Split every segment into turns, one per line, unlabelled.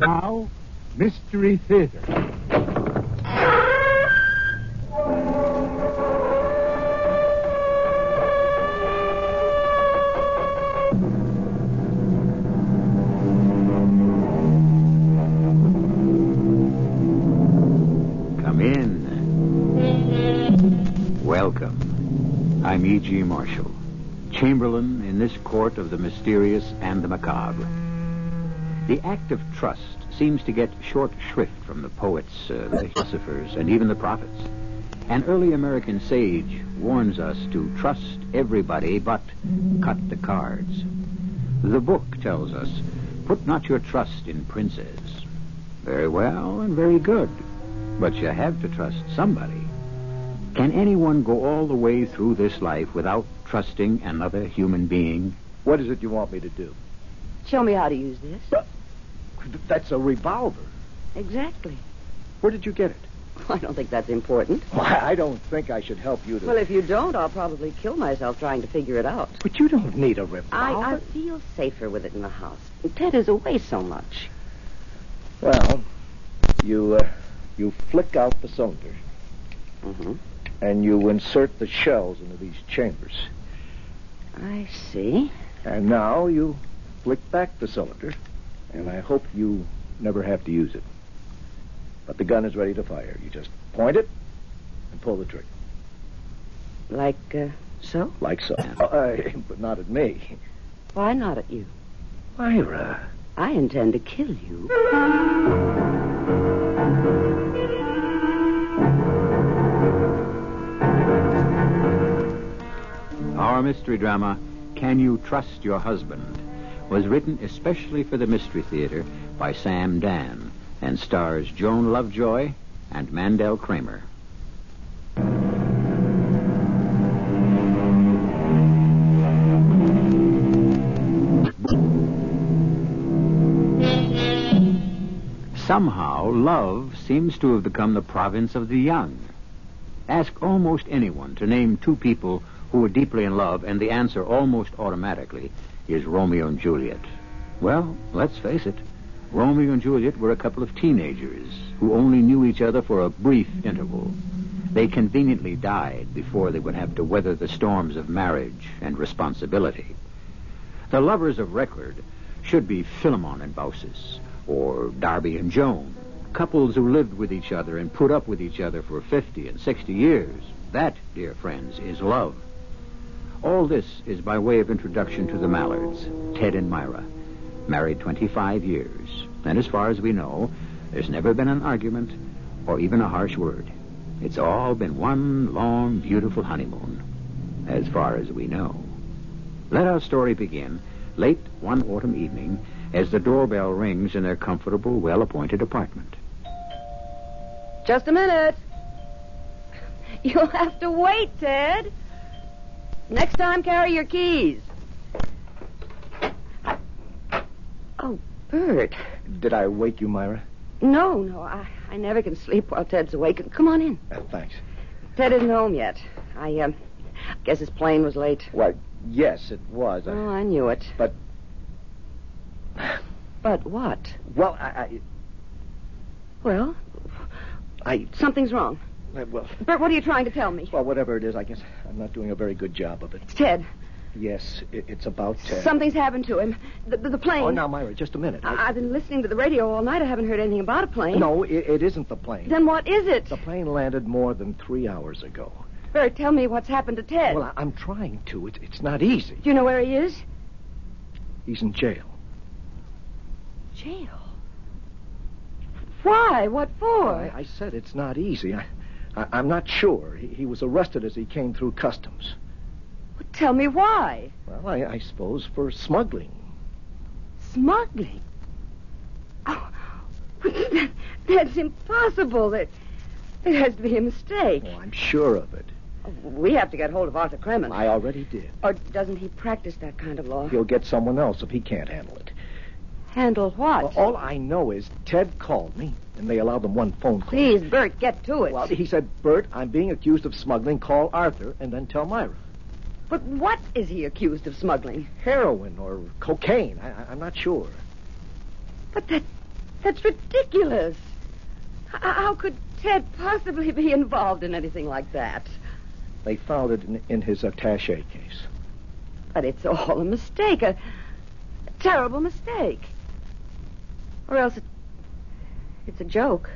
Now, Mystery Theater.
Come in. Welcome. I'm E.G. Marshall, Chamberlain in this court of the mysterious and the macabre. The act of trust seems to get short shrift from the poets, uh, the philosophers, and even the prophets. An early American sage warns us to trust everybody but cut the cards. The book tells us, put not your trust in princes. Very well and very good, but you have to trust somebody. Can anyone go all the way through this life without trusting another human being?
What is it you want me to do?
Show me how to use this.
That's a revolver.
Exactly.
Where did you get it?
I don't think that's important.
Why, I don't think I should help you to.
Well, if you don't, I'll probably kill myself trying to figure it out.
But you don't need a revolver.
I, I feel safer with it in the house. Ted is away so much.
Well, you uh, you flick out the cylinder
Mm-hmm.
and you insert the shells into these chambers,
I see.
and now you flick back the cylinder, and I hope you never have to use it. But the gun is ready to fire. You just point it and pull the trigger,
Like, uh, so?
like so. Uh, but not at me,
Why not at you?
Myra.
I intend to kill you.
Our mystery drama, Can You Trust Your Husband, was written especially for the Mystery Theater by Sam Dan and stars Joan Lovejoy and Mandel Kramer. Somehow, love seems to have become the province of the young. Ask almost anyone to name two people who were deeply in love, and the answer almost automatically is Romeo and Juliet. Well, let's face it, Romeo and Juliet were a couple of teenagers who only knew each other for a brief interval. They conveniently died before they would have to weather the storms of marriage and responsibility. The lovers of record should be Philemon and Baucis, or Darby and Joan, couples who lived with each other and put up with each other for 50 and 60 years. That, dear friends, is love. All this is by way of introduction to the Mallards, Ted and Myra, married 25 years, and as far as we know, there's never been an argument or even a harsh word. It's all been one long, beautiful honeymoon, as far as we know. Let our story begin late one autumn evening as the doorbell rings in their comfortable, well appointed apartment.
Just a minute. You'll have to wait, Ted. Next time, carry your keys. Oh, Bert.
Did I wake you, Myra?
No, no, I, I never can sleep while Ted's awake. Come on in.
Uh, thanks.
Ted isn't home yet. I um, guess his plane was late.
Why, yes, it was. I-
Oh, I knew it.
But-
Mm. But what?
well, I,
Well,
I, I,
something's wrong.
I- well,
Bert, what are you trying to tell me?
well, whatever it is, I guess I'm not doing a very good job of it.
Ted,
Yes, i it's about. Uh,
something's happened to him. The, the, the plane.
Oh, now, Myra, just a minute.
I, I've been listening to the radio all night. I haven't heard anything about a plane.
no, it, it isn't the plane.
Then what is it?
The plane landed more than three hours ago.
Bert, tell me what's happened to Ted.
Well, I, I'm trying to. It, it's not easy.
Do you know where he is?
He's in jail.
Jail. Why? What for?
I, I said it's not easy. I, I, I'm not sure. He, he was arrested as he came through customs.
Well, tell me why.
Well, I, I suppose for smuggling.
Smuggling. Oh, That's impossible. It, it has to be a mistake.
Oh, I'm sure of it.
We have to get hold of Arthur Kremen.
I already did.
Or doesn't he practice that kind of law?
He'll get someone else if he can't handle it.
Handle what?
Well, all I know is Ted called me, and they allowed them one phone call.
Please, Bert, get to it.
Well, he said, Bert, I'm being accused of smuggling. Call Arthur and then tell Myra.
But what is he accused of smuggling?
Heroin or cocaine. I, I- I'm not sure.
But that, that's ridiculous. H- how could Ted possibly be involved in anything like that?
They found it in, in his attache case.
But it's all a mistake, a, a terrible mistake. Or else it, it's a joke.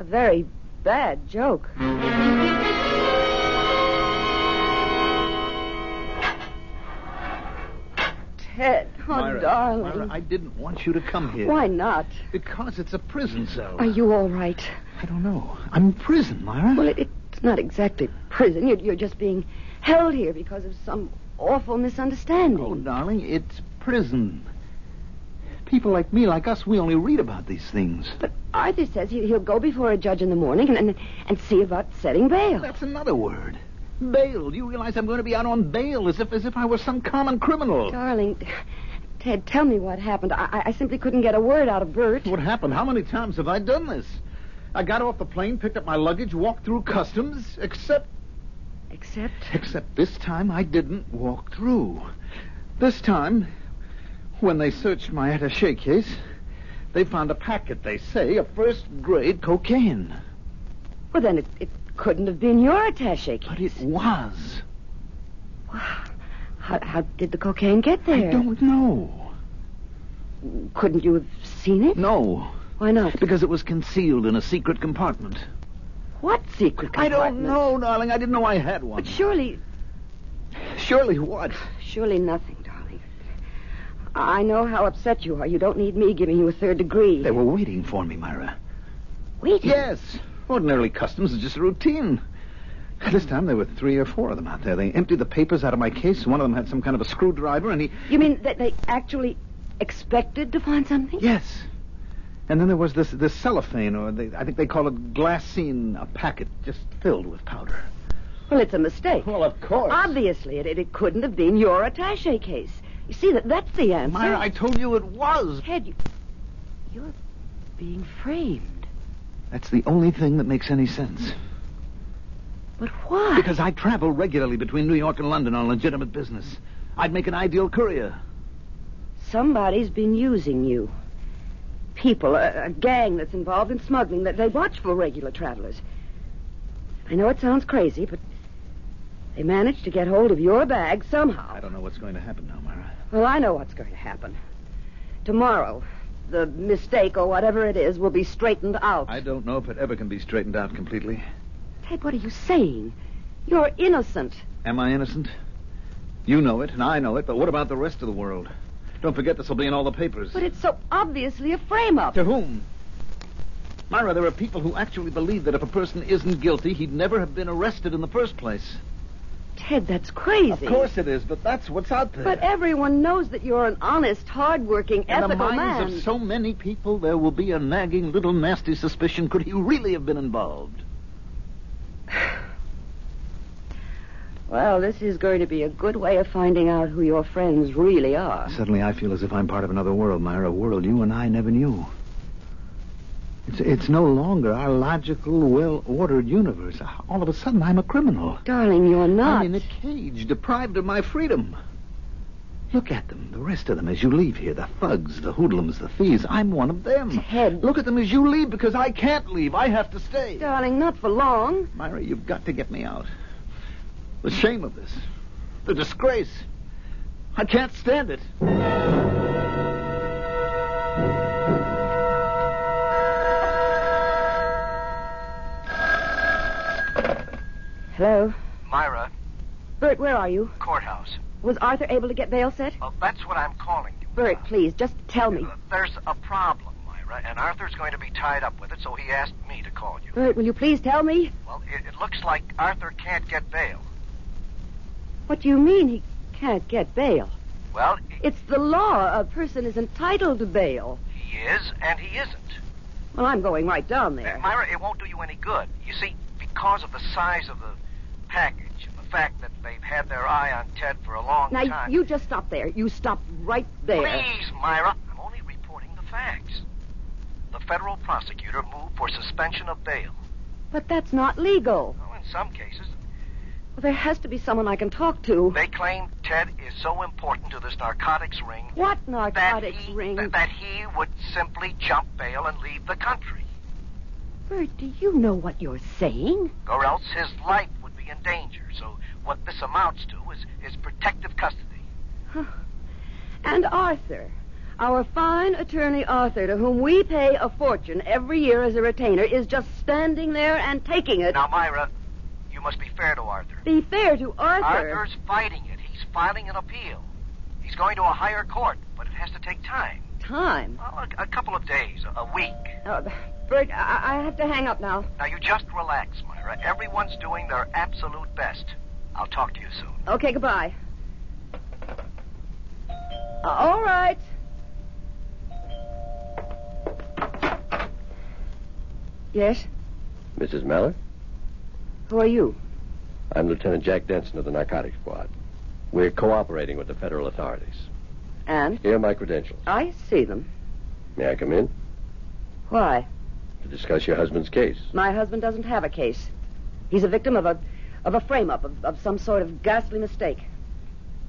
A very bad joke. Ted, oh,
Myra,
darling.
Myra, I didn't want you to come here.
Why not?
Because it's a prison cell.
Are you all right?
I don't know. I'm in prison, Myra.
Well, it, it's not exactly prison. You're, you're just being held here because of some awful misunderstanding.
Oh, darling, it's prison. People like me, like us, we only read about these things.
But Arthur says he, he'll go before a judge in the morning and, and, and see about setting bail.
That's another word. Bail. Do you realize I'm going to be out on bail as if as if I were some common criminal?
Darling, Ted, tell me what happened. I, I- I simply couldn't get a word out of Bert.
What happened? How many times have I done this? I got off the plane, picked up my luggage, walked through customs, except
Except.
Except this time I didn't walk through. This time, when they searched my attache case, they found a packet, they say, of first grade cocaine.
Well, then it, it couldn't have been your attache case.
But it was.
How, how did the cocaine get there?
I don't know.
Couldn't you have seen it?
No,
Why not?
because it was concealed in a secret compartment.
What secret
I
compartment?
don't know, darling. I didn't know I had one.
But surely,
Surely what?
surely nothing, darling. I know how upset you are. You don't need me giving you a third degree.
They were waiting for me, Myra.
Wait.
Yes. Ordinarily, customs is just routine. This time there were three or four of them out there. They emptied the papers out of my case. One of them had some kind of a screwdriver, and he.
You mean that they actually expected to find something?
Yes. And then there was this this cellophane, or they, I think they call it glassine, a packet just filled with powder.
Well, it's a mistake.
Well, of course.
Obviously, it, it, it couldn't have been your attache case. You see, that that's the answer.
Myra, I told you it was.
Ted, you, you're being framed.
That's the only thing that makes any sense.
But why?
Because I travel regularly between New York and London on legitimate business. I'd make an ideal courier.
Somebody's been using you. People, a, a gang that's involved in smuggling, that they watch for regular travelers. I know it sounds crazy, but they managed to get hold of your bag somehow.
I don't know what's going to happen now, Myra.
Well, I know what's going to happen. Tomorrow, the mistake or whatever it is will be straightened out.
I don't know if it ever can be straightened out completely.
Ted, what are you saying? You're innocent.
Am I innocent? You know it, and I know it, but what about the rest of the world? Don't forget this will be in all the papers.
But it's so obviously a frame up.
To whom? Myra, there are people who actually believe that if a person isn't guilty, he'd never have been arrested in the first place.
Ted, that's crazy.
Of course it is, but that's what's out there.
But everyone knows that you're an honest, hard-working,
in the
ethical
minds
man.
of so many people, there will be a nagging little nasty suspicion. Could he really have been involved?
Well, this is going to be a good way of finding out who your friends really are.
Suddenly I feel as if I'm part of another world, Myra, a world you and I never knew. It's, it's no longer our logical, well ordered universe. All of a sudden, I'm a criminal.
Darling, you're not.
I'm in a cage, deprived of my freedom. Look at them, the rest of them, as you leave here. The thugs, the hoodlums, the thieves. I'm one of them.
Ted.
Look at them as you leave, because I can't leave. I have to stay.
Darling, not for long.
Myra, you've got to get me out. The shame of this. The disgrace. I can't stand it.
Hello?
Myra,
Bert, where are you?
courthouse.
Was Arthur able to get bail set?
Well, that's what I'm calling you.
Bert, please, just tell me.
Uh, There's a problem, Myra, and Arthur's going to be tied up with it, so he asked me to call you.
Bert, will you please tell me?
Well, it, it looks like Arthur can't get bail.
What do you mean he can't get bail?
Well, he-
It's the law. A person is entitled to bail.
he
he is and he isn't.
Well, I'm going right down
Uh,
there.
Myra, it won't do you any good. You see, because of the size of the package and the fact that they've had their eye on Ted for a long
Now,
time.
you just stop there. You stop right there.
Please, Myra. I'm only reporting the facts. The federal prosecutor moved for suspension of bail.
But that's not legal.
Well, in some cases,
Well, there has to be someone I can talk to.
they claim Ted is so important to this narcotics ring
What
that
narcotics
he,
ring?
that he would simply jump bail and leave the country,
Bert, do you know what you're saying?
or else his life would be in danger. So what this amounts to is, is protective custody.
And Arthur, our fine attorney Arthur, to whom we pay a fortune every year as a retainer, is just standing there and taking it.
Now, Myra, you must be fair to Arthur.
Be fair to Arthur.
Arthur's fighting it. He's filing an appeal. He's going to a higher court, but it has to take time.
Time.
Well, a, a couple of days, a, a week.
Oh, Bert, I-, I have to hang up now.
Now, you just relax, Myra. Everyone's doing their absolute best. I'll talk to you soon.
Okay, goodbye. Uh, all right. Yes?
Mrs. Mallard,
Who are you?
I'm Lieutenant Jack Denson of the Narcotics Squad. We're cooperating with the federal authorities.
And?
Here are my credentials.
I see them.
May I come in
Why?
to discuss your husband's case?
My husband doesn't have a case. He's a victim of a of a frame up of, of some sort of ghastly mistake.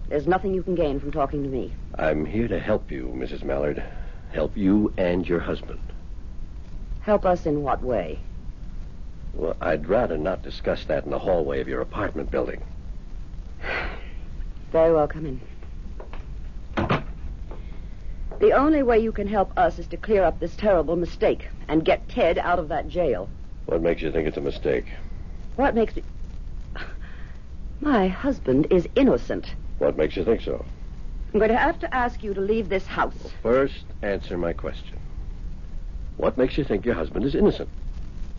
There's nothing you can gain from talking to me.
I'm here to help you, Mrs. Mallard. Help you and your husband.
Help us in what way?
Well, I'd rather not discuss that in the hallway of your apartment building.
Very well, come in. The only way you can help us is to clear up this terrible mistake and get Ted out of that jail.
What makes you think it's a mistake?
What makes me. My husband is innocent.
What makes you think so?
I'm going to have to ask you to leave this house.
First, answer my question. What makes you think your husband is innocent?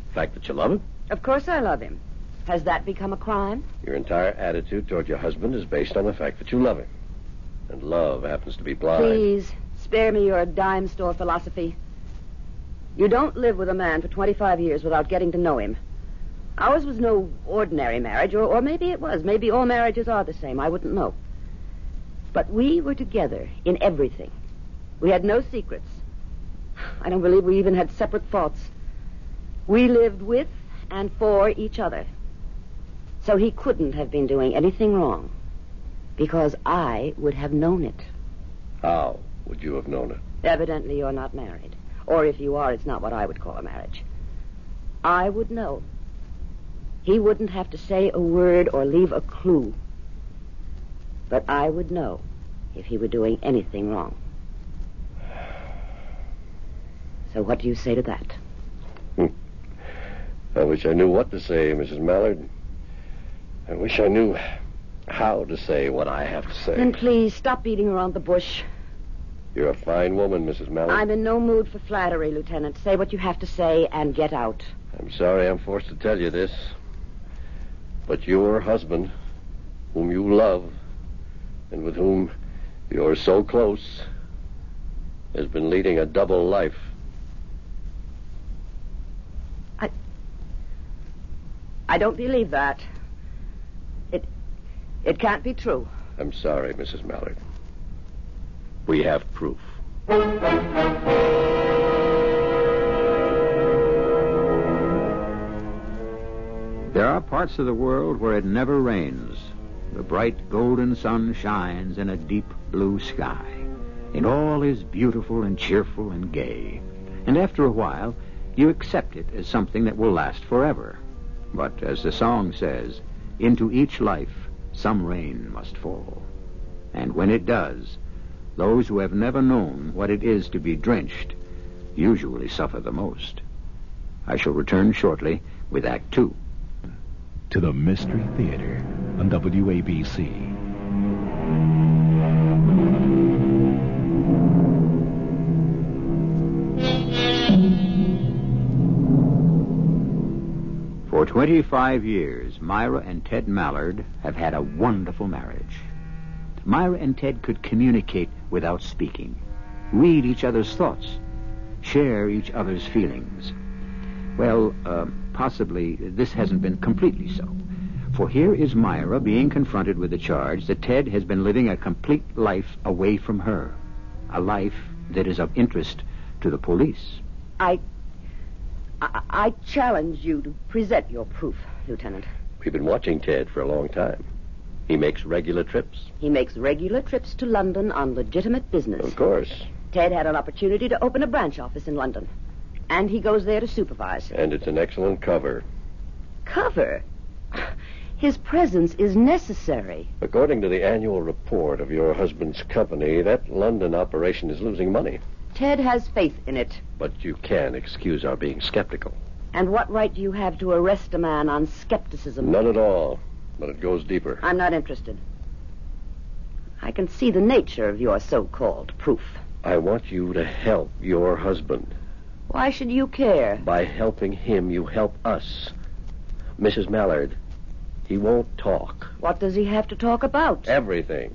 The fact that you love him?
Of course, I love him. Has that become a crime?
Your entire attitude toward your husband is based on the fact that you love him. And love happens to be blind.
Please, spare me your dime store philosophy. You don't live with a man for 25 years without getting to know him. Ours was no ordinary marriage, or, or maybe it was. Maybe all marriages are the same. I wouldn't know. But we were together in everything. We had no secrets. I don't believe we even had separate thoughts. We lived with and for each other. So he couldn't have been doing anything wrong because I would have known it.
How would you have known it?
Evidently, you're not married. Or if you are, it's not what I would call a marriage. I would know. He wouldn't have to say a word or leave a clue. But I would know if he were doing anything wrong. So, what do you say to that?
I wish I knew what to say, Mrs. Mallard. I wish I knew how to say what I have to say.
Then please stop beating around the bush.
You're a fine woman, Mrs. Mallard.
I'm in no mood for flattery, Lieutenant. Say what you have to say and get out.
I'm sorry I'm forced to tell you this. But your husband, whom you love, and with whom you're so close, has been leading a double life.
I don't believe that. It. it can't be true.
I'm sorry, Mrs. Mallard. We have proof.
There are parts of the world where it never rains. The bright golden sun shines in a deep blue sky, and all is beautiful and cheerful and gay. And after a while, you accept it as something that will last forever. But as the song says, into each life some rain must fall. And when it does, those who have never known what it is to be drenched usually suffer the most. I shall return shortly with Act Two.
to the Mystery Theater on WABC.
For 25 years, Myra and Ted Mallard have had a wonderful marriage. Myra and Ted could communicate without speaking, read each other's thoughts, share each other's feelings. Well, uh, possibly this hasn't been completely so. For here is Myra being confronted with the charge that Ted has been living a complete life away from her, a life that is of interest to the police.
I, I. I challenge you to present your proof, Lieutenant.
We've been watching Ted for a long time. He makes regular trips.
He makes regular trips to London on legitimate business.
Of course.
Ted had an opportunity to open a branch office in London, and he goes there to supervise.
And it's an excellent cover.
Cover? His presence is necessary.
According to the annual report of your husband's company, that London operation is losing money.
Ted has faith in it.
But you can excuse our being skeptical.
And what right do you have to arrest a man on skepticism?
None at all, but it goes deeper.
I'm not interested. I can see the nature of your so called proof.
I want you to help your husband.
Why should you care?
By helping him, you help us. Mrs. Mallard, he won't talk.
What does he have to talk about?
Eh, Everything.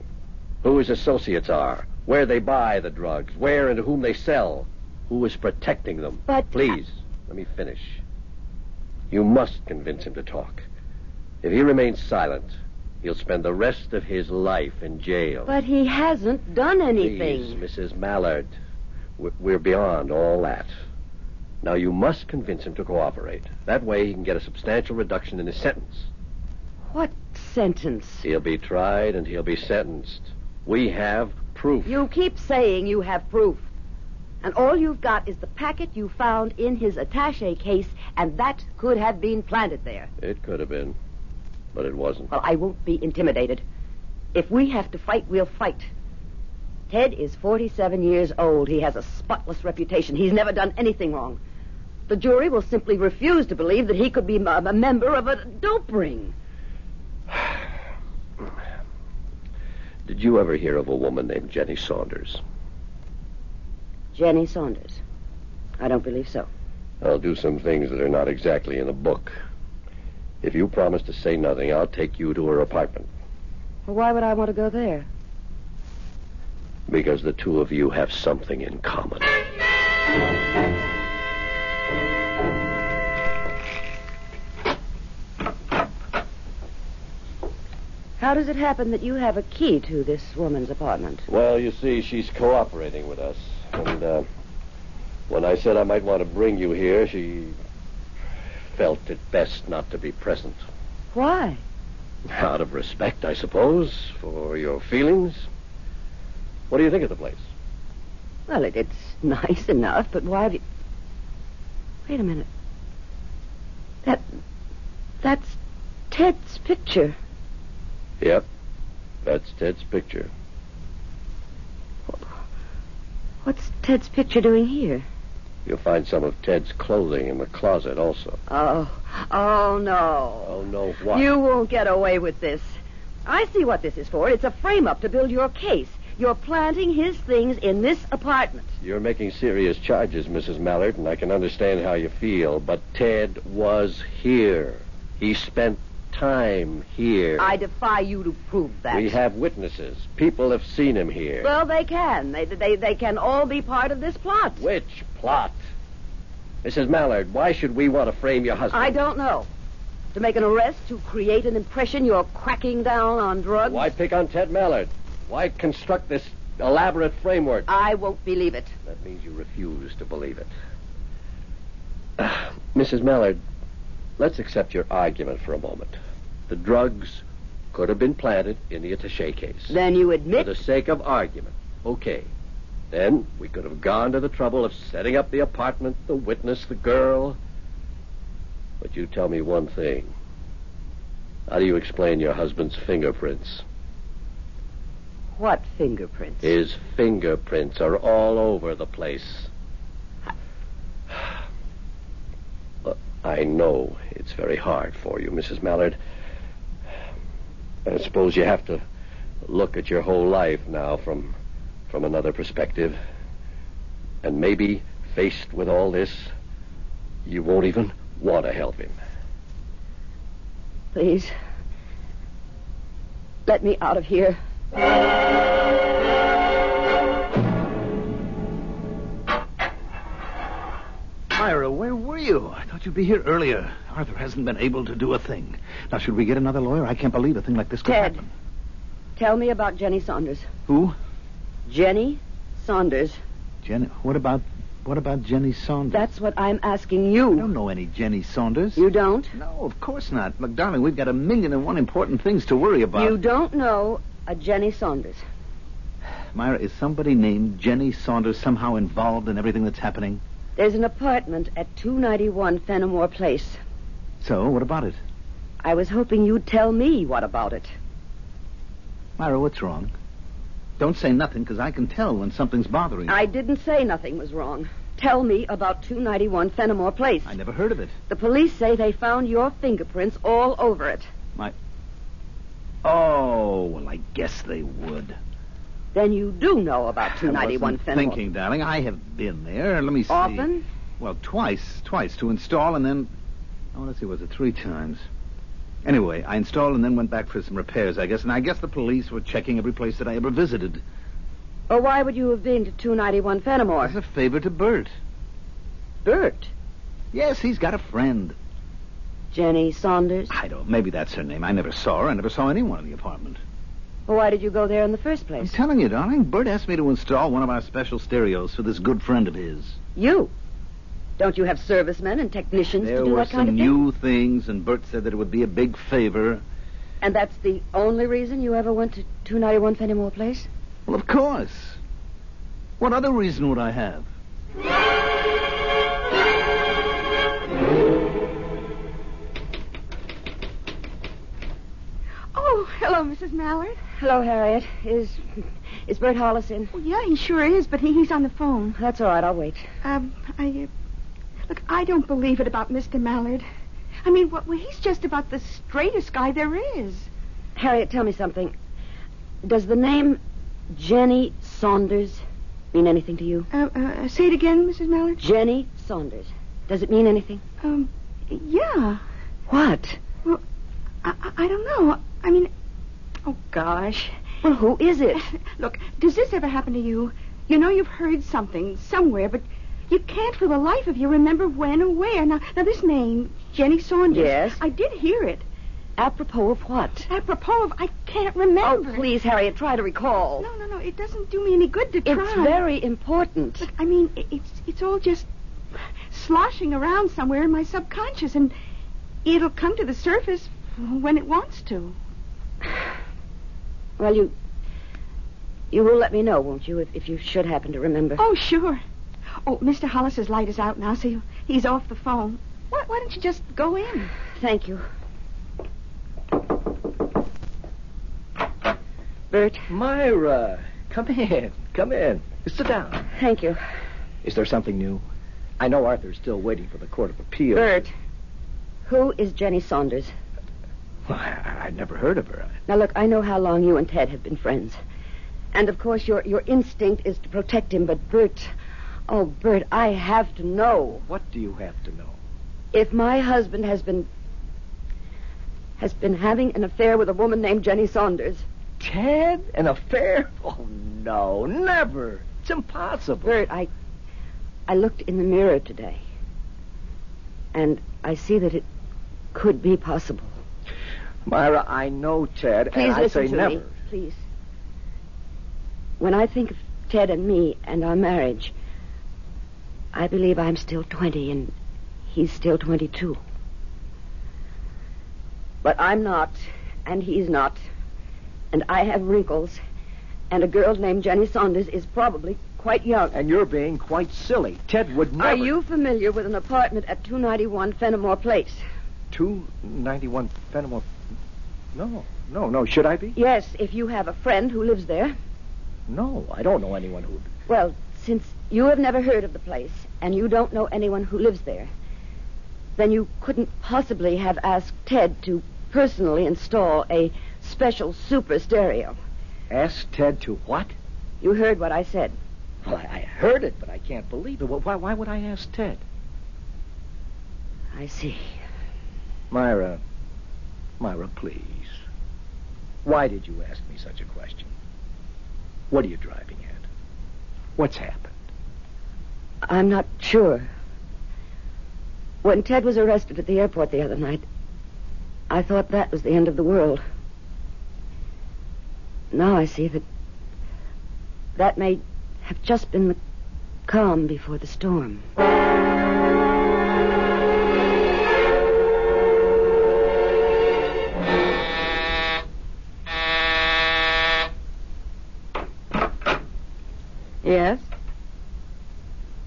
Who his associates are, where they buy the drugs, where and to whom they sell, who is protecting them.
But-
Please, let me finish. You must convince him to talk. If he remains silent, he'll spend the rest of his life in jail.
But he hasn't done anything.
Please, Mrs. Mallard, we're, we're beyond all that. Now, you must convince him to cooperate. That way, he can get a substantial reduction in his sentence.
What sentence?
He'll be tried and he'll be sentenced. We have proof.
You keep saying you have proof. And all you've got is the packet you found in his attache case, and that could have been planted there.
It could have been, but it wasn't.
Well, I won't be intimidated. If we have to fight, we'll fight. Ted is 47 years old. He has a spotless reputation. He's never done anything wrong. The jury will simply refuse to believe that he could be m- a member of a dope ring.
Did you ever hear of a woman named Jenny Saunders?
Jenny Saunders. I don't believe so.
I'll do some things that are not exactly in the book. If you promise to say nothing, I'll take you to her apartment
Well, why would I want to go there?
because the two of you have something in common.
How does it happen that you have a key to this woman's apartment?
Well, you see, she's cooperating with us. And uh, when I said I might want to bring you here, she felt it best not to be present.
Why?
Out of respect, I suppose, for your feelings. What do you think of the place?
Well, it, it's nice enough, but why have you. Wait a minute. That. That's Ted's picture.
Yep. That's Ted's picture.
What's Ted's picture doing here?
You'll find some of Ted's clothing in the closet also.
Oh, oh no.
Oh, no, what?
You won't get away with this. I see what this is for. It's a frame up to build your case. You're planting his things in this apartment.
You're making serious charges, Mrs. Mallard, and I can understand how you feel, but Ted was here. He spent time here.
I defy you to prove that.
We have witnesses. People have seen him here.
Well, they can. They, they, they can all be part of this plot.
Which plot? Mrs. Mallard, why should we want to frame your husband?
I don't know. To make an arrest, to create an impression you're cracking down on drugs.
Why pick on Ted Mallard? Why construct this elaborate framework?
I won't believe it.
That means you refuse to believe it. Ah, Mrs. Mallard, let's accept your argument for a moment. The drugs could have been planted in the attache case.
Then you
for
admit.
the sake of argument. Okay. Then we could have gone to the trouble of setting up the apartment, the witness, the girl. But you tell me one thing. How do you explain your husband's fingerprints?
What fingerprints?
His fingerprints are all over the place. Uh, I know it's very hard for you, Mrs. Mallard. I suppose you have to look at your whole life now from from another perspective. And maybe faced with all this, you won't even want to help him.
Please. Let me out of here.
Myra, where were you? I thought you'd be here earlier. Arthur hasn't been able to do a thing. Now, should we get another lawyer? I can't believe a thing like this could
Ted.
happen.
Tell me about Jenny Saunders.
Who?
Jenny Saunders.
Jenny. What about what about Jenny Saunders?
That's what I'm asking
I
you.
don't know any Jenny Saunders.
You don't?
No, of course not. Look, darling, we've got a million and one important things to worry about.
You don't know a Jenny Saunders.
Myra, is somebody named Jenny Saunders somehow involved in everything that's happening?
There's an apartment at 291 Fenimore Place.
So, what about it?
I was hoping you'd tell me what about it.
Myra, what's wrong? Don't say nothing, because I can tell when something's bothering you.
I didn't say nothing was wrong. Tell me about 291 Fenimore Place.
I never heard of it.
The police say they found your fingerprints all over it.
Oh, well, I guess they would.
Then you do know about
Uh, I
291
wasn't
Fenimore.
thinking, darling. I have been there. Let me see.
Often?
Well, twice. Twice to install and then. Oh, let's see, was it three times? Anyway, I installed and then went back for some repairs, I guess, and I guess the police were checking every place that I ever visited.
Or why would you have been to 291 Fenimore?
As a favor to Bert.
Bert.
Yes, he's got a friend.
Jenny Saunders.
I don't. Maybe that's her name. I never saw her. I never saw anyone in the apartment.
Well, why did you go there in the first
I'm
place?
telling you, darling, Bert asked me to install one of our special stereos for this good friend of his.
You. Don't you have servicemen and technicians
there
to do
were
that
some
kind of thing?
new things, and Bert said that it would be a big favor.
And that's the only reason you ever went to 291 Fenimore Place?
Well, of course. What other reason would I have?
Oh, hello, Mrs. Mallard.
Hello, Harriet. Is is Bert Hollis in?
Well, yeah, he sure is, but he, he's on the phone.
That's all right. I'll wait.
Um, I uh, look. I don't believe it about Mr. Mallard. I mean, what, well, he's just about the straightest guy there is.
Harriet, tell me something. Does the name Jenny Saunders mean anything to you?
Uh, uh, say it again, Mrs. Mallard.
Jenny Saunders. Does it mean anything?
Um, yeah.
What?
Well, I, I- I don't know. I mean, oh gosh.
Well, who is it?
Look, does this ever happen to you? You know you've heard something somewhere, but you can't for the life of you remember when or where. Now, now this name, Jenny Saunders.
Yes?
I did hear it.
Apropos of what?
Apropos of, I can't
Oh,
remember.
please, Harriet, try to recall.
No, no, no. It doesn't do me any good to try.
it's very important.
Look, I mean, i- it's it's all just sloshing around somewhere in my subconscious, and it'll come to the surface when it wants to.
Well, you you will let me know, won't you, if, if you should happen to remember?
Oh, sure. Oh, Mr. Hollis's light is out now, so you, he's off the phone. Why, why don't you just go in?
Thank you. Bert,
Myra, come in. Come in. Sit down.
thank you.
Is there something new? I know Arthur's still waiting for the Court of Appeal.
Bert, who is Jenny Saunders?
Well, I, I'd never heard of her.
Now, look, I know how long you and Ted have been friends. And, of course, your, your instinct is to protect him, but, Bert, oh, Bert, I have to know.
What do you have to know?
If my husband has been. has been having an affair with a woman named Jenny Saunders.
Ted? An affair? Oh, no, never. It's impossible.
Bert, I. I looked in the mirror today. And I see that it could be possible.
Myra, I know Ted,
Please
and I
listen
say
to
never.
me. Please. When I think of Ted and me and our marriage, I believe I'm still 20 and he's still 22. But I'm not, and he's not, and I have wrinkles, and a girl named Jenny Saunders is probably quite young.
And you're being quite silly. Ted would never.
Are you familiar with an apartment at 291 Fenimore Place?
291 Fenimore. No, no, no. Should I be?
Yes, if you have a friend who lives there.
No, I don't know anyone who.
Well, since you have never heard of the place and you don't know anyone who lives there, then you couldn't possibly have asked Ted to personally install a special super stereo.
Ask Ted to what?
You heard what I said.
Well, I, I heard it, but I can't believe it. Well, why, why would I ask Ted?
I see.
Myra, Myra, please. Why did you ask me such a question? What are you driving at? What's happened?
I'm not sure. When Ted was arrested at the airport the other night, I thought that was the end of the world. Now I see that that may have just been the calm before the storm. Yes?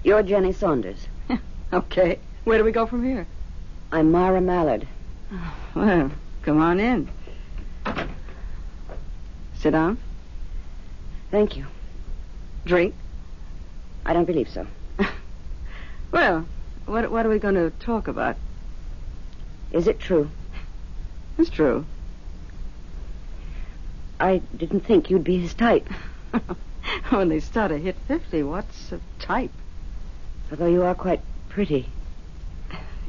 You're Jenny Saunders.
Okay. Where do we go from here?
I'm Myra Mallard.
Well, come on in. Sit down.
Thank you.
Drink.
I don't believe so.
Well, what, what are we going to talk about?
Is it true?
It's true.
I didn't think you'd be his type.
when they start to hit 50, what's a type?
Although you are quite pretty.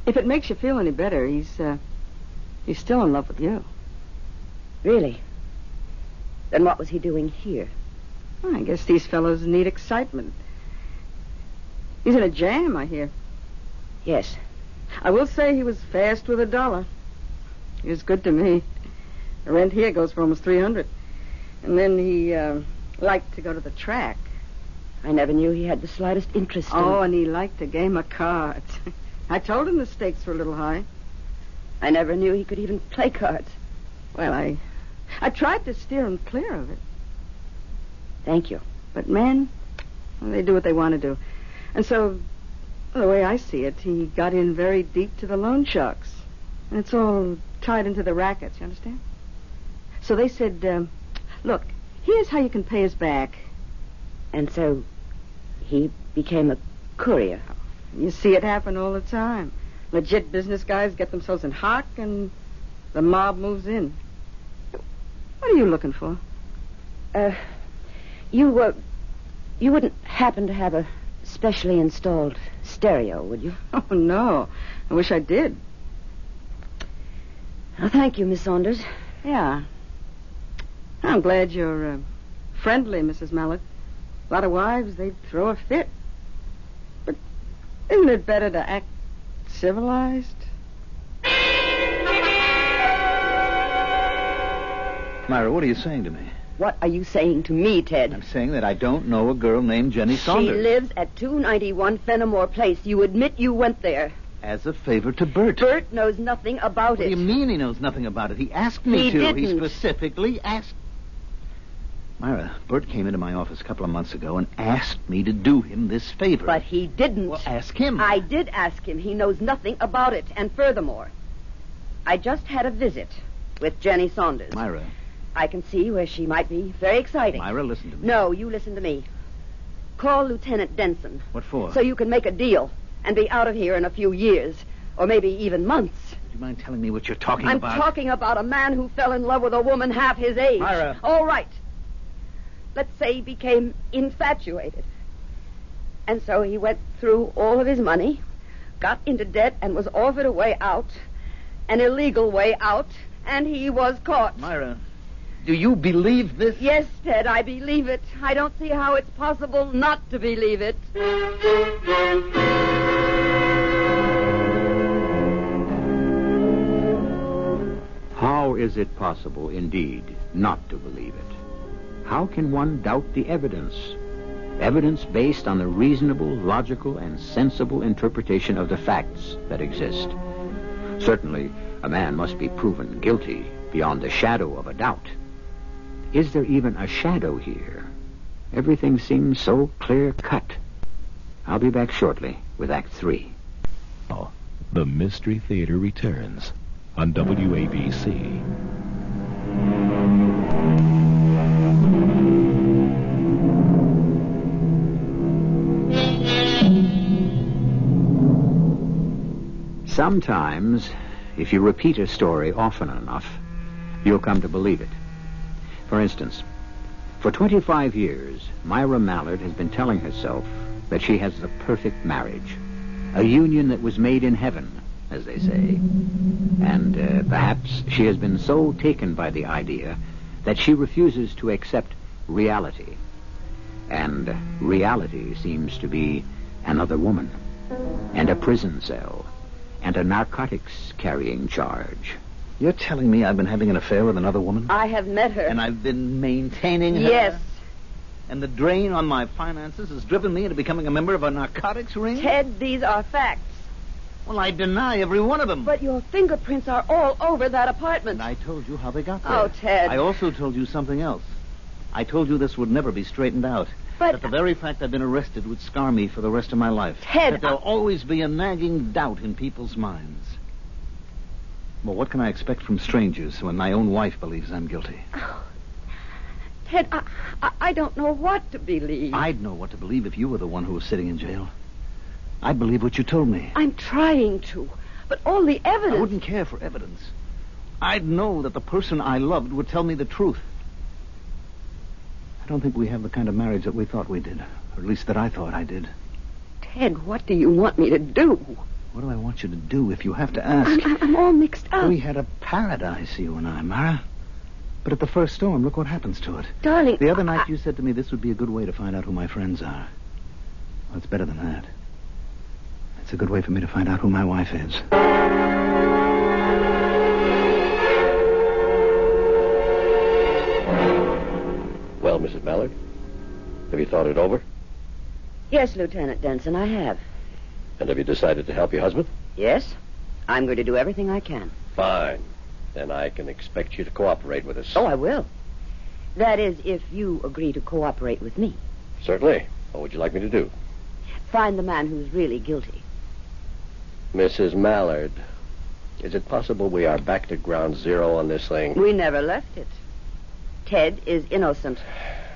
If it makes you feel any better, he's, uh, he's still in love with you.
Really? Then what was he doing here?
Well, I guess these fellows need excitement. He's in a jam, I hear.
Yes.
I will say he was fast with a dollar. He was good to me. The rent here goes for almost 300 And then he uh, liked to go to the track.
I never knew he had the slightest interest in.
Oh, and he liked a game of cards. I told him the stakes were a little high.
I never knew he could even play cards.
Well, I, I tried to steer him clear of it.
Thank you.
But men, well, they do what they want to do. And so, the way I see it, he got in very deep to the loan sharks. And it's all tied into the rackets, you understand? So they said, um, look, here's how you can pay us back.
And so he became a courier.
You see it happen all the time. Legit business guys get themselves in hock and the mob moves in. What are you looking for?
Uh, you, uh, you wouldn't happen to have a specially installed stereo, would you?
Oh, no. I wish I did.
Well, Oh, thank you, Miss Saunders.
Yeah. I'm glad you're uh, friendly, Mrs. Mallet. A lot of wives, they'd throw a fit. But isn't it better to act civilized?
Myra, what are you saying to me?
What are you saying to me, Ted?
I'm saying that I don't know a girl named Jenny Saunders.
She lives at 291 Fenimore Place. You admit you went there.
As a favor to Bert.
Bert knows nothing about
What do
it.
you mean he knows nothing about it? He asked me
He
to. He
didn't.
specifically asked. Myra, Bert came into my office a couple of months ago and asked me to do him this favor.
But he didn't.
Well, ask him.
I did ask him. He knows nothing about it. And furthermore, I just had a visit with Jenny Saunders.
Myra,
I can see where she might be. Very exciting.
Myra, listen to me.
No, you listen to me. Call Lieutenant Denson
What for?
so you can make a deal and be out of here in a few years, or maybe even months.
Would you mind telling me what you're talking
I'm
about?
talking about a man who fell in love with a woman half his age.
Myra.
All right. Let's say he became infatuated. And so he went through all of his money, got into debt, and was offered a way out, an illegal way out, and he was caught.
Myra, do you believe this?
Yes, Ted, I believe it. I don't see how it's possible not to believe it.
How is it possible, indeed, not to believe it? How can one doubt the evidence? Evidence based on the reasonable, logical, and sensible interpretation of the facts that exist. Certainly, a man must be proven guilty beyond the shadow of a doubt. Is there even a shadow here? Everything seems so clear cut. I'll be back shortly with Act Three.
Now, Oh, the Mystery Theater returns on WABC.
Sometimes, if you repeat a story often enough, you'll come to believe it. For instance, for 25 years, Myra Mallard has been telling herself that she has the perfect marriage, a union that was made in heaven, as they say. And uh, perhaps she has been so taken by the idea that she refuses to accept reality. And reality seems to be another woman, and a prison cell, and a narcotics carrying charge.
You're telling me I've been having an affair with another woman?
I have met her.
And I've been maintaining her?
Yes.
And the drain on my finances has driven me into becoming a member of a narcotics ring?
Ted, these are facts.
Well, I deny every one of them.
But your fingerprints are all over that apartment.
And I told you how they got there.
Oh, Ted.
I also told you something else. I told you this would never be straightened out.
But-
that the very fact I've been arrested would scar me for the rest of my life.
Ted,
That there'll
I-
always be a nagging doubt in people's minds. Well, what can I expect from strangers when my own wife believes I'm guilty?
Ted, I, I, I don't know what to believe.
I'd know what to believe if you were the one who was sitting in jail. I'd believe what you told me.
I'm trying to, but all the
I
evidence.
wouldn't care for evidence. I'd know that the person I loved would tell me the truth. I don't think we have the kind of marriage that we thought we did, or at least that I thought I did.
Ted, what do you want me to do?
What do I want you to do if you have to ask?
I'm, I'm- I'm all mixed up.
We had a paradise, you and I, Mara. But at the first storm, look what happens to it.
Darling.
The other
I-
night you said to me this would be a good way to find out who my friends are. Well, it's better than that. It's a good way for me to find out who my wife is.
Well, Mrs. Mallard, have you thought it over?
Yes, Lieutenant Denson, I have.
And have you decided to help your husband?
Yes? I'm going to do everything I can.
Fine. Then I can expect you to cooperate with us.
Oh, I will. That is, if you agree to cooperate with me.
Certainly. What would you like me to do?
Find the man who's really guilty.
Mrs. Mallard, is it possible we are back to ground zero on this thing?
We never left it. Ted is innocent.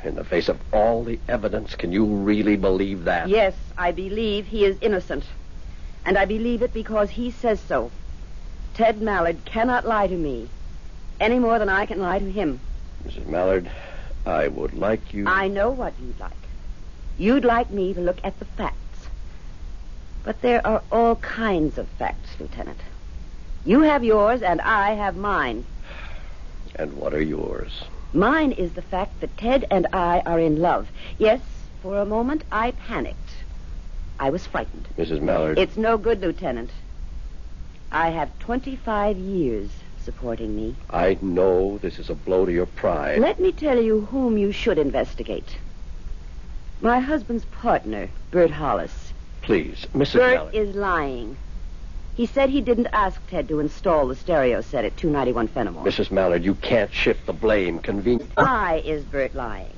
In the face of all the evidence, can you really believe that?
Yes, I believe he is innocent. And I believe it because he says so. Ted Mallard cannot lie to me any more than I can lie to him.
Mrs. Mallard, I would like you.
I know what you'd like. You'd like me to look at the facts. But there are all kinds of facts, Lieutenant. You have yours, and I have mine.
And what are yours?
Mine is the fact that Ted and I are in love. Yes, for a moment I panicked. I was frightened.
Mrs. Mallard.
It's no good, Lieutenant. I have 25 years supporting me.
I know this is a blow to your pride.
Let me tell you whom you should investigate. My husband's partner, Bert Hollis.
Please, Mrs.
Bert
Mallard.
is lying. He said he didn't ask Ted to install the stereo set at 291 Fenimore.
Mrs. Mallard, you can't shift the blame. Convenient.
Why is Bert lying?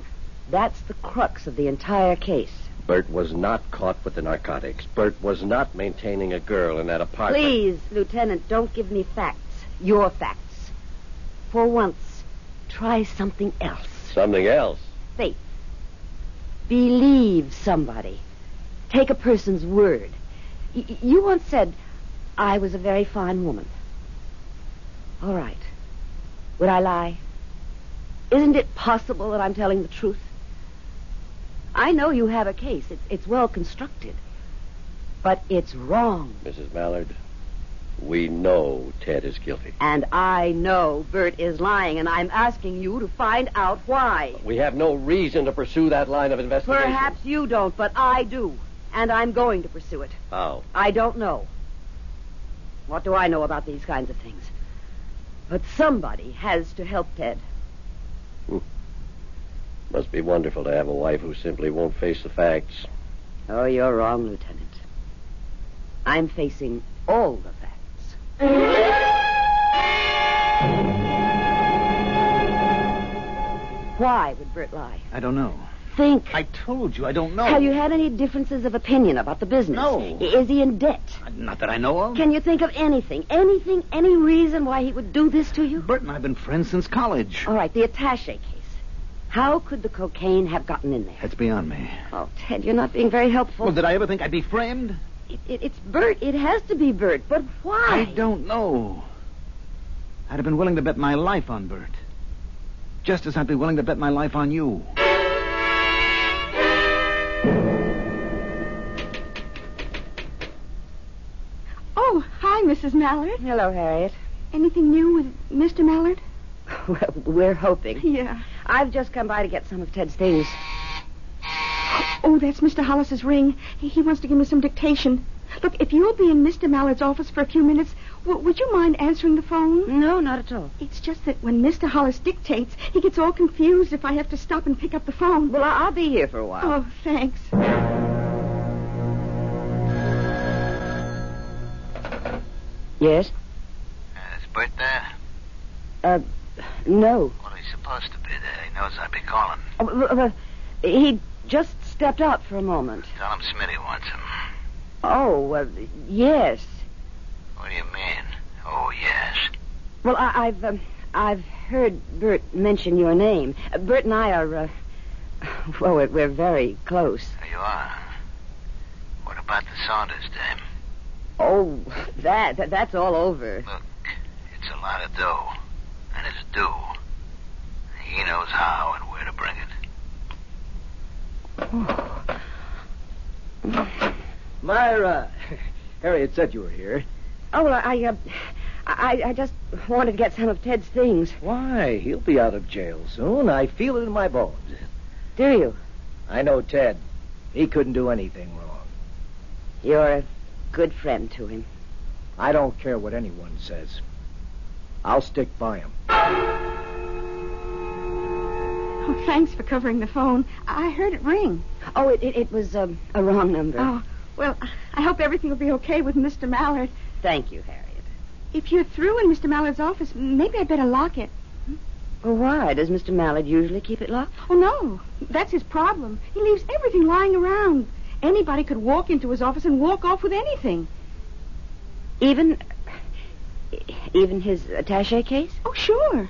That's the crux of the entire case.
Bert was not caught with the narcotics. Bert was not maintaining a girl in that apartment.
Please, Lieutenant, don't give me facts. Your facts. For once, try something else.
Something else.
Faith. Believe somebody. Take a person's word. Y- y- you once said, I was a very fine woman. All right. Would I lie? Isn't it possible that I'm telling the truth? I know you have a case. It's, it's well constructed. But it's wrong.
Mrs. Mallard, we know Ted is guilty.
And I know Bert is lying, and I'm asking you to find out why.
We have no reason to pursue that line of investigation.
Perhaps you don't, but I do. And I'm going to pursue it.
How?
I don't know. What do I know about these kinds of things? But somebody has to help Ted.
Must be wonderful to have a wife who simply won't face the facts.
Oh, you're wrong, Lieutenant. I'm facing all the facts. Why would Bert lie?
I don't know.
Think.
I told you I don't know.
Have you had any differences of opinion about the business?
No.
Is he in debt?
Not that I know of.
Can you think of anything, anything, any reason why he would do this to you?
Bert and I have been friends since college.
All right, the attache case. How could the cocaine have gotten in there?
That's beyond me.
Oh, Ted, you're not being very helpful.
Well, did I ever think I'd be framed?
It, it, it's Bert. It has to be Bert. But why?
I don't know. I'd have been willing to bet my life on Bert. Just as I'd be willing to bet my life on you.
Oh, hi, Mrs. Mallard.
Hello, Harriet.
Anything new with Mr. Mallard?
Well, we're hoping.
Yeah.
I've just come by to get some of Ted's things.
Oh, that's Mr. Hollis's ring. He, he wants to give me some dictation.
Look, if you'll be in Mr. Mallard's office for a few minutes, w- would you mind answering the phone?
No, not at all.
It's just that when Mr. Hollis dictates, he gets all confused if I have to stop and pick up the phone.
Well, I'll be here for a while.
Oh, thanks.
Yes?
Uh, is Bert there?
Uh, no.
Well, he's supposed to be there. He knows I'd be calling.
Uh, uh, uh, he just stepped out for a moment.
Tell him Smitty wants him.
Oh, uh, yes.
What do you mean? Oh, yes.
Well, I, I've um, I've heard Bert mention your name. Uh, Bert and I are, uh, well, we're, we're very close.
There you are. What about the Saunders dame?
Oh, that, that that's all over.
Look, it's a lot of dough, and it's due. He knows how and where to bring it.
Oh.
Myra, Harriet said you were here.
Oh, well, I, uh, I I just wanted to get some of Ted's things.
Why? He'll be out of jail soon. I feel it in my bones.
Do you?
I know Ted. He couldn't do anything wrong.
You're a good friend to him.
I don't care what anyone says. I'll stick by him.
Oh, thanks for covering the phone. I heard it ring.
Oh, it it, it was um, a wrong number.
Oh, well, I hope everything will be okay with Mr. Mallard.
Thank you, Harriet.
If you're through in Mr. Mallard's office, maybe I'd better lock it.
Well, why does Mr. Mallard usually keep it locked?
Oh, no. That's his problem. He leaves everything lying around. Anybody could walk into his office and walk off with anything.
Even even his attaché case?
Oh, sure.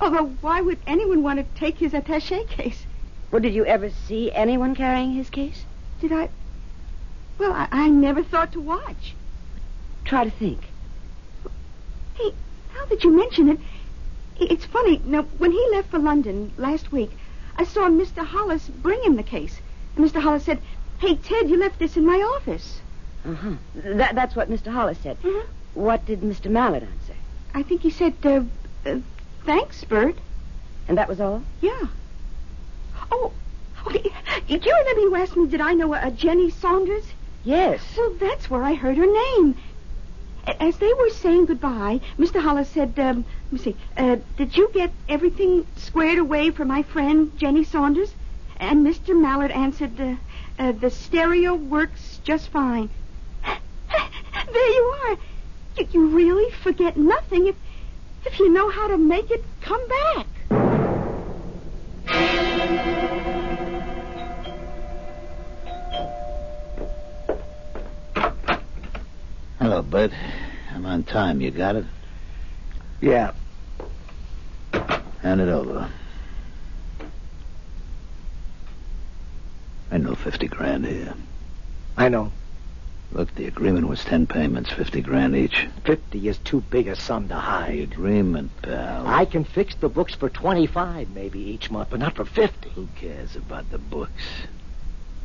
Although, why would anyone want to take his attache case?
Well, did you ever see anyone carrying his case?
Did I? Well, I, I never thought to watch.
Try to think.
Hey, now that you mention it, i- it's funny. Now, when he left for London last week, I saw Mr. Hollis bring him the case. And Mr. Hollis said, Hey, Ted, you left this in my office.
Uh-huh. That, that's what Mr. Hollis said.
Mhm.
What did Mr. Mallard answer?
I think he said, uh, uh, Thanks, Bert.
And that was all?
Yeah. Oh, okay. Do you remember you asked me, did I know a Jenny Saunders?
Yes.
Well, that's where I heard her name. A- As they were saying goodbye, Mr. Hollis said, um, let me see, uh, did you get everything squared away for my friend, Jenny Saunders? And Mr. Mallard answered, uh, uh, the stereo works just fine. there you are. You, you really forget nothing if, if you know how to make it come back.
Hello, Bert. I'm on time. You got it?
Yeah.
Hand it over. I know 50 grand here.
I know.
Look, the agreement was 10 payments, 50 grand each.
Fifty is too big a sum to
The
hide.
agreement, pal.
I can fix the books for twenty-five maybe each month, but not for fifty.
Who cares about the books?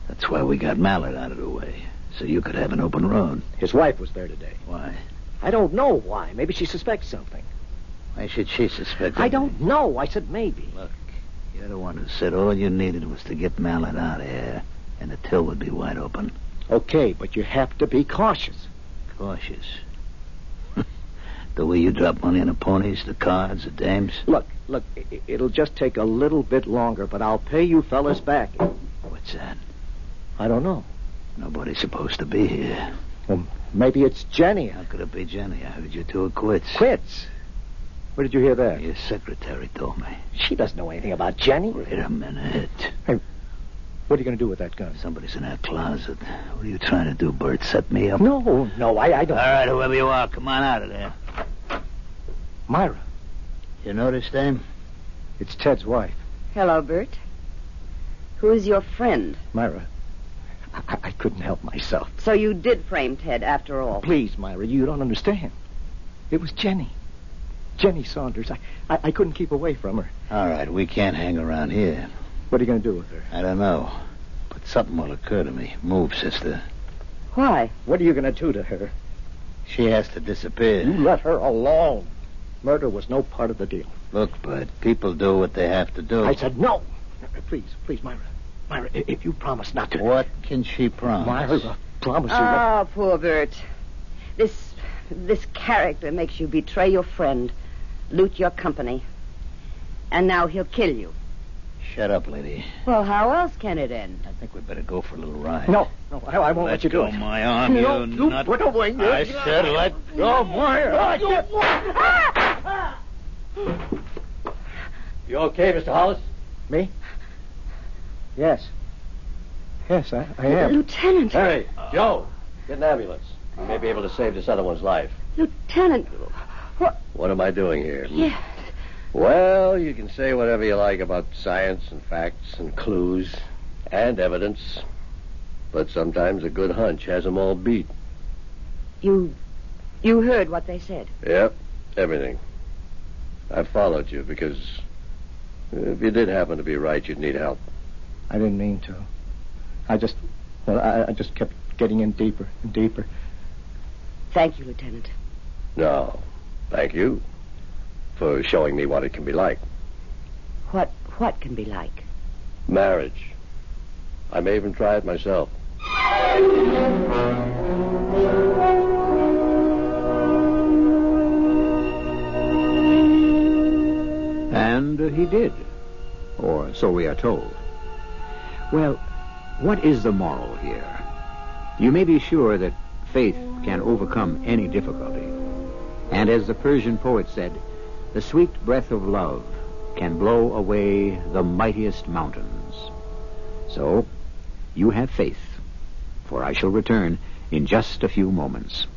That's why we got Mallard out of the way, so you could have an open road.
His wife was there today.
Why?
I don't know why. Maybe she suspects something.
Why should she suspect?
I don't know. I said maybe.
Look, you're the one who said all you needed was to get Mallard out of here, and the till would be wide open.
Okay, but you have to be cautious.
Cautious. the way you drop money on the ponies, the cards, the dames.
Look, look, i- i- it'll just take a little bit longer, but I'll pay you fellas
Uh,
back.
What's that?
I don't know.
Nobody's supposed to be here.
Well, Um, maybe it's Jenny.
How could it be Jenny? I heard you two are quits.
Quits. Where did you hear that?
Your secretary told me.
She doesn't know anything about Jenny.
Wait a minute.
What are you going to do with that gun?
Somebody's in that closet. What are you trying to do, Bert? Set me up?
No, no, I, I
All
don't.
right, whoever you are, come on out of there.
Myra,
You notice, Dame?
it's Ted's wife.
Hello, Bert. Who is your friend?
Myra, I, I couldn't help myself.
So you did frame Ted after all.
Please, Myra, you don't understand. It was Jenny. Jenny Saunders. I, I, I couldn't keep away from her.
All right, we can't hang around here.
What are you going to do with her?
I don't know. But something will occur to me. Move, sister.
Why?
What are you going to do to her?
She has to disappear.
You let her alone. Murder was no part of the deal.
Look, Bert, people do what they have to do.
I said no. Please, please, Myra. Myra, i- if you promise not to.
What can she promise?
Myra, promise you. that-
Ah, poor Bert. This this character makes you betray your friend, loot your company, and now he'll kill you.
Shut up, lady.
Well, how else can it end?
I think we'd better go for a little ride.
No, no, I, I won't let, you do
go,
it.
my arm.
No,
you
you
nut-
put away your-
I said let go, boy.
Ah!
You okay, Mr. Hollis?
Me? Yes. Yes, I, I am.
Lieutenant,
Harry, Joe, get an ambulance. We may be able to save this other one's life.
Lieutenant,
What am I doing here? hmm?
yes.
Well, you can say whatever you like about science and facts and clues and evidence, but sometimes a good hunch has 'em all beat.
You you heard what they said.
Yep, everything. I followed you because if you did happen to be right, you'd need help.
I didn't mean to. I just, well, I, I just kept getting in deeper and deeper.
Thank you, Lieutenant.
No, thank you for showing me what it can be like.
What what can be like?
Marriage. I may even try it myself.
And uh, he did. Or so we are told. Well, what is the moral here? You may be sure that faith can overcome any difficulty. And as the Persian poet said, the sweet breath of love can blow away the mightiest mountains. So, you have faith, for I shall return in just a few moments.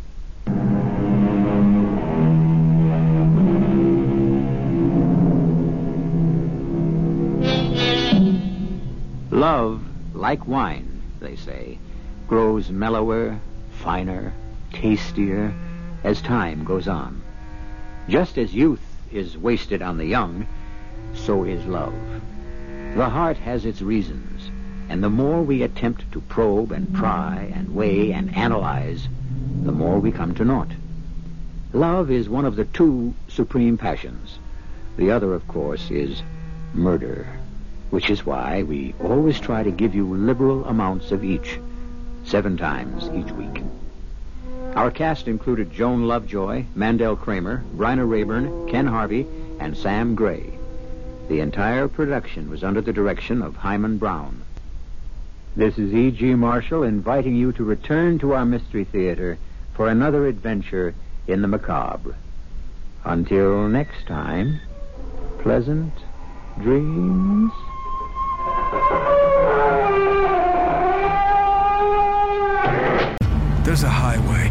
Love, like wine, they say, grows mellower, finer, tastier as time goes on. Just as youth is wasted on the young, so is love. The heart has its reasons, and the more we attempt to probe and pry and weigh and analyze, the more we come to naught. Love is one of the two supreme passions. The other, of course, is murder which is why we always try to give you liberal amounts of each, seven times each week. Our cast included Joan Lovejoy, Mandel Kramer, Bryna Rayburn, Ken Harvey, and Sam Gray. The entire production was under the direction of Hyman Brown. This is E.G. Marshall inviting you to return to our Mystery Theater for another adventure in the macabre. Until next time, pleasant dreams.
There's a highway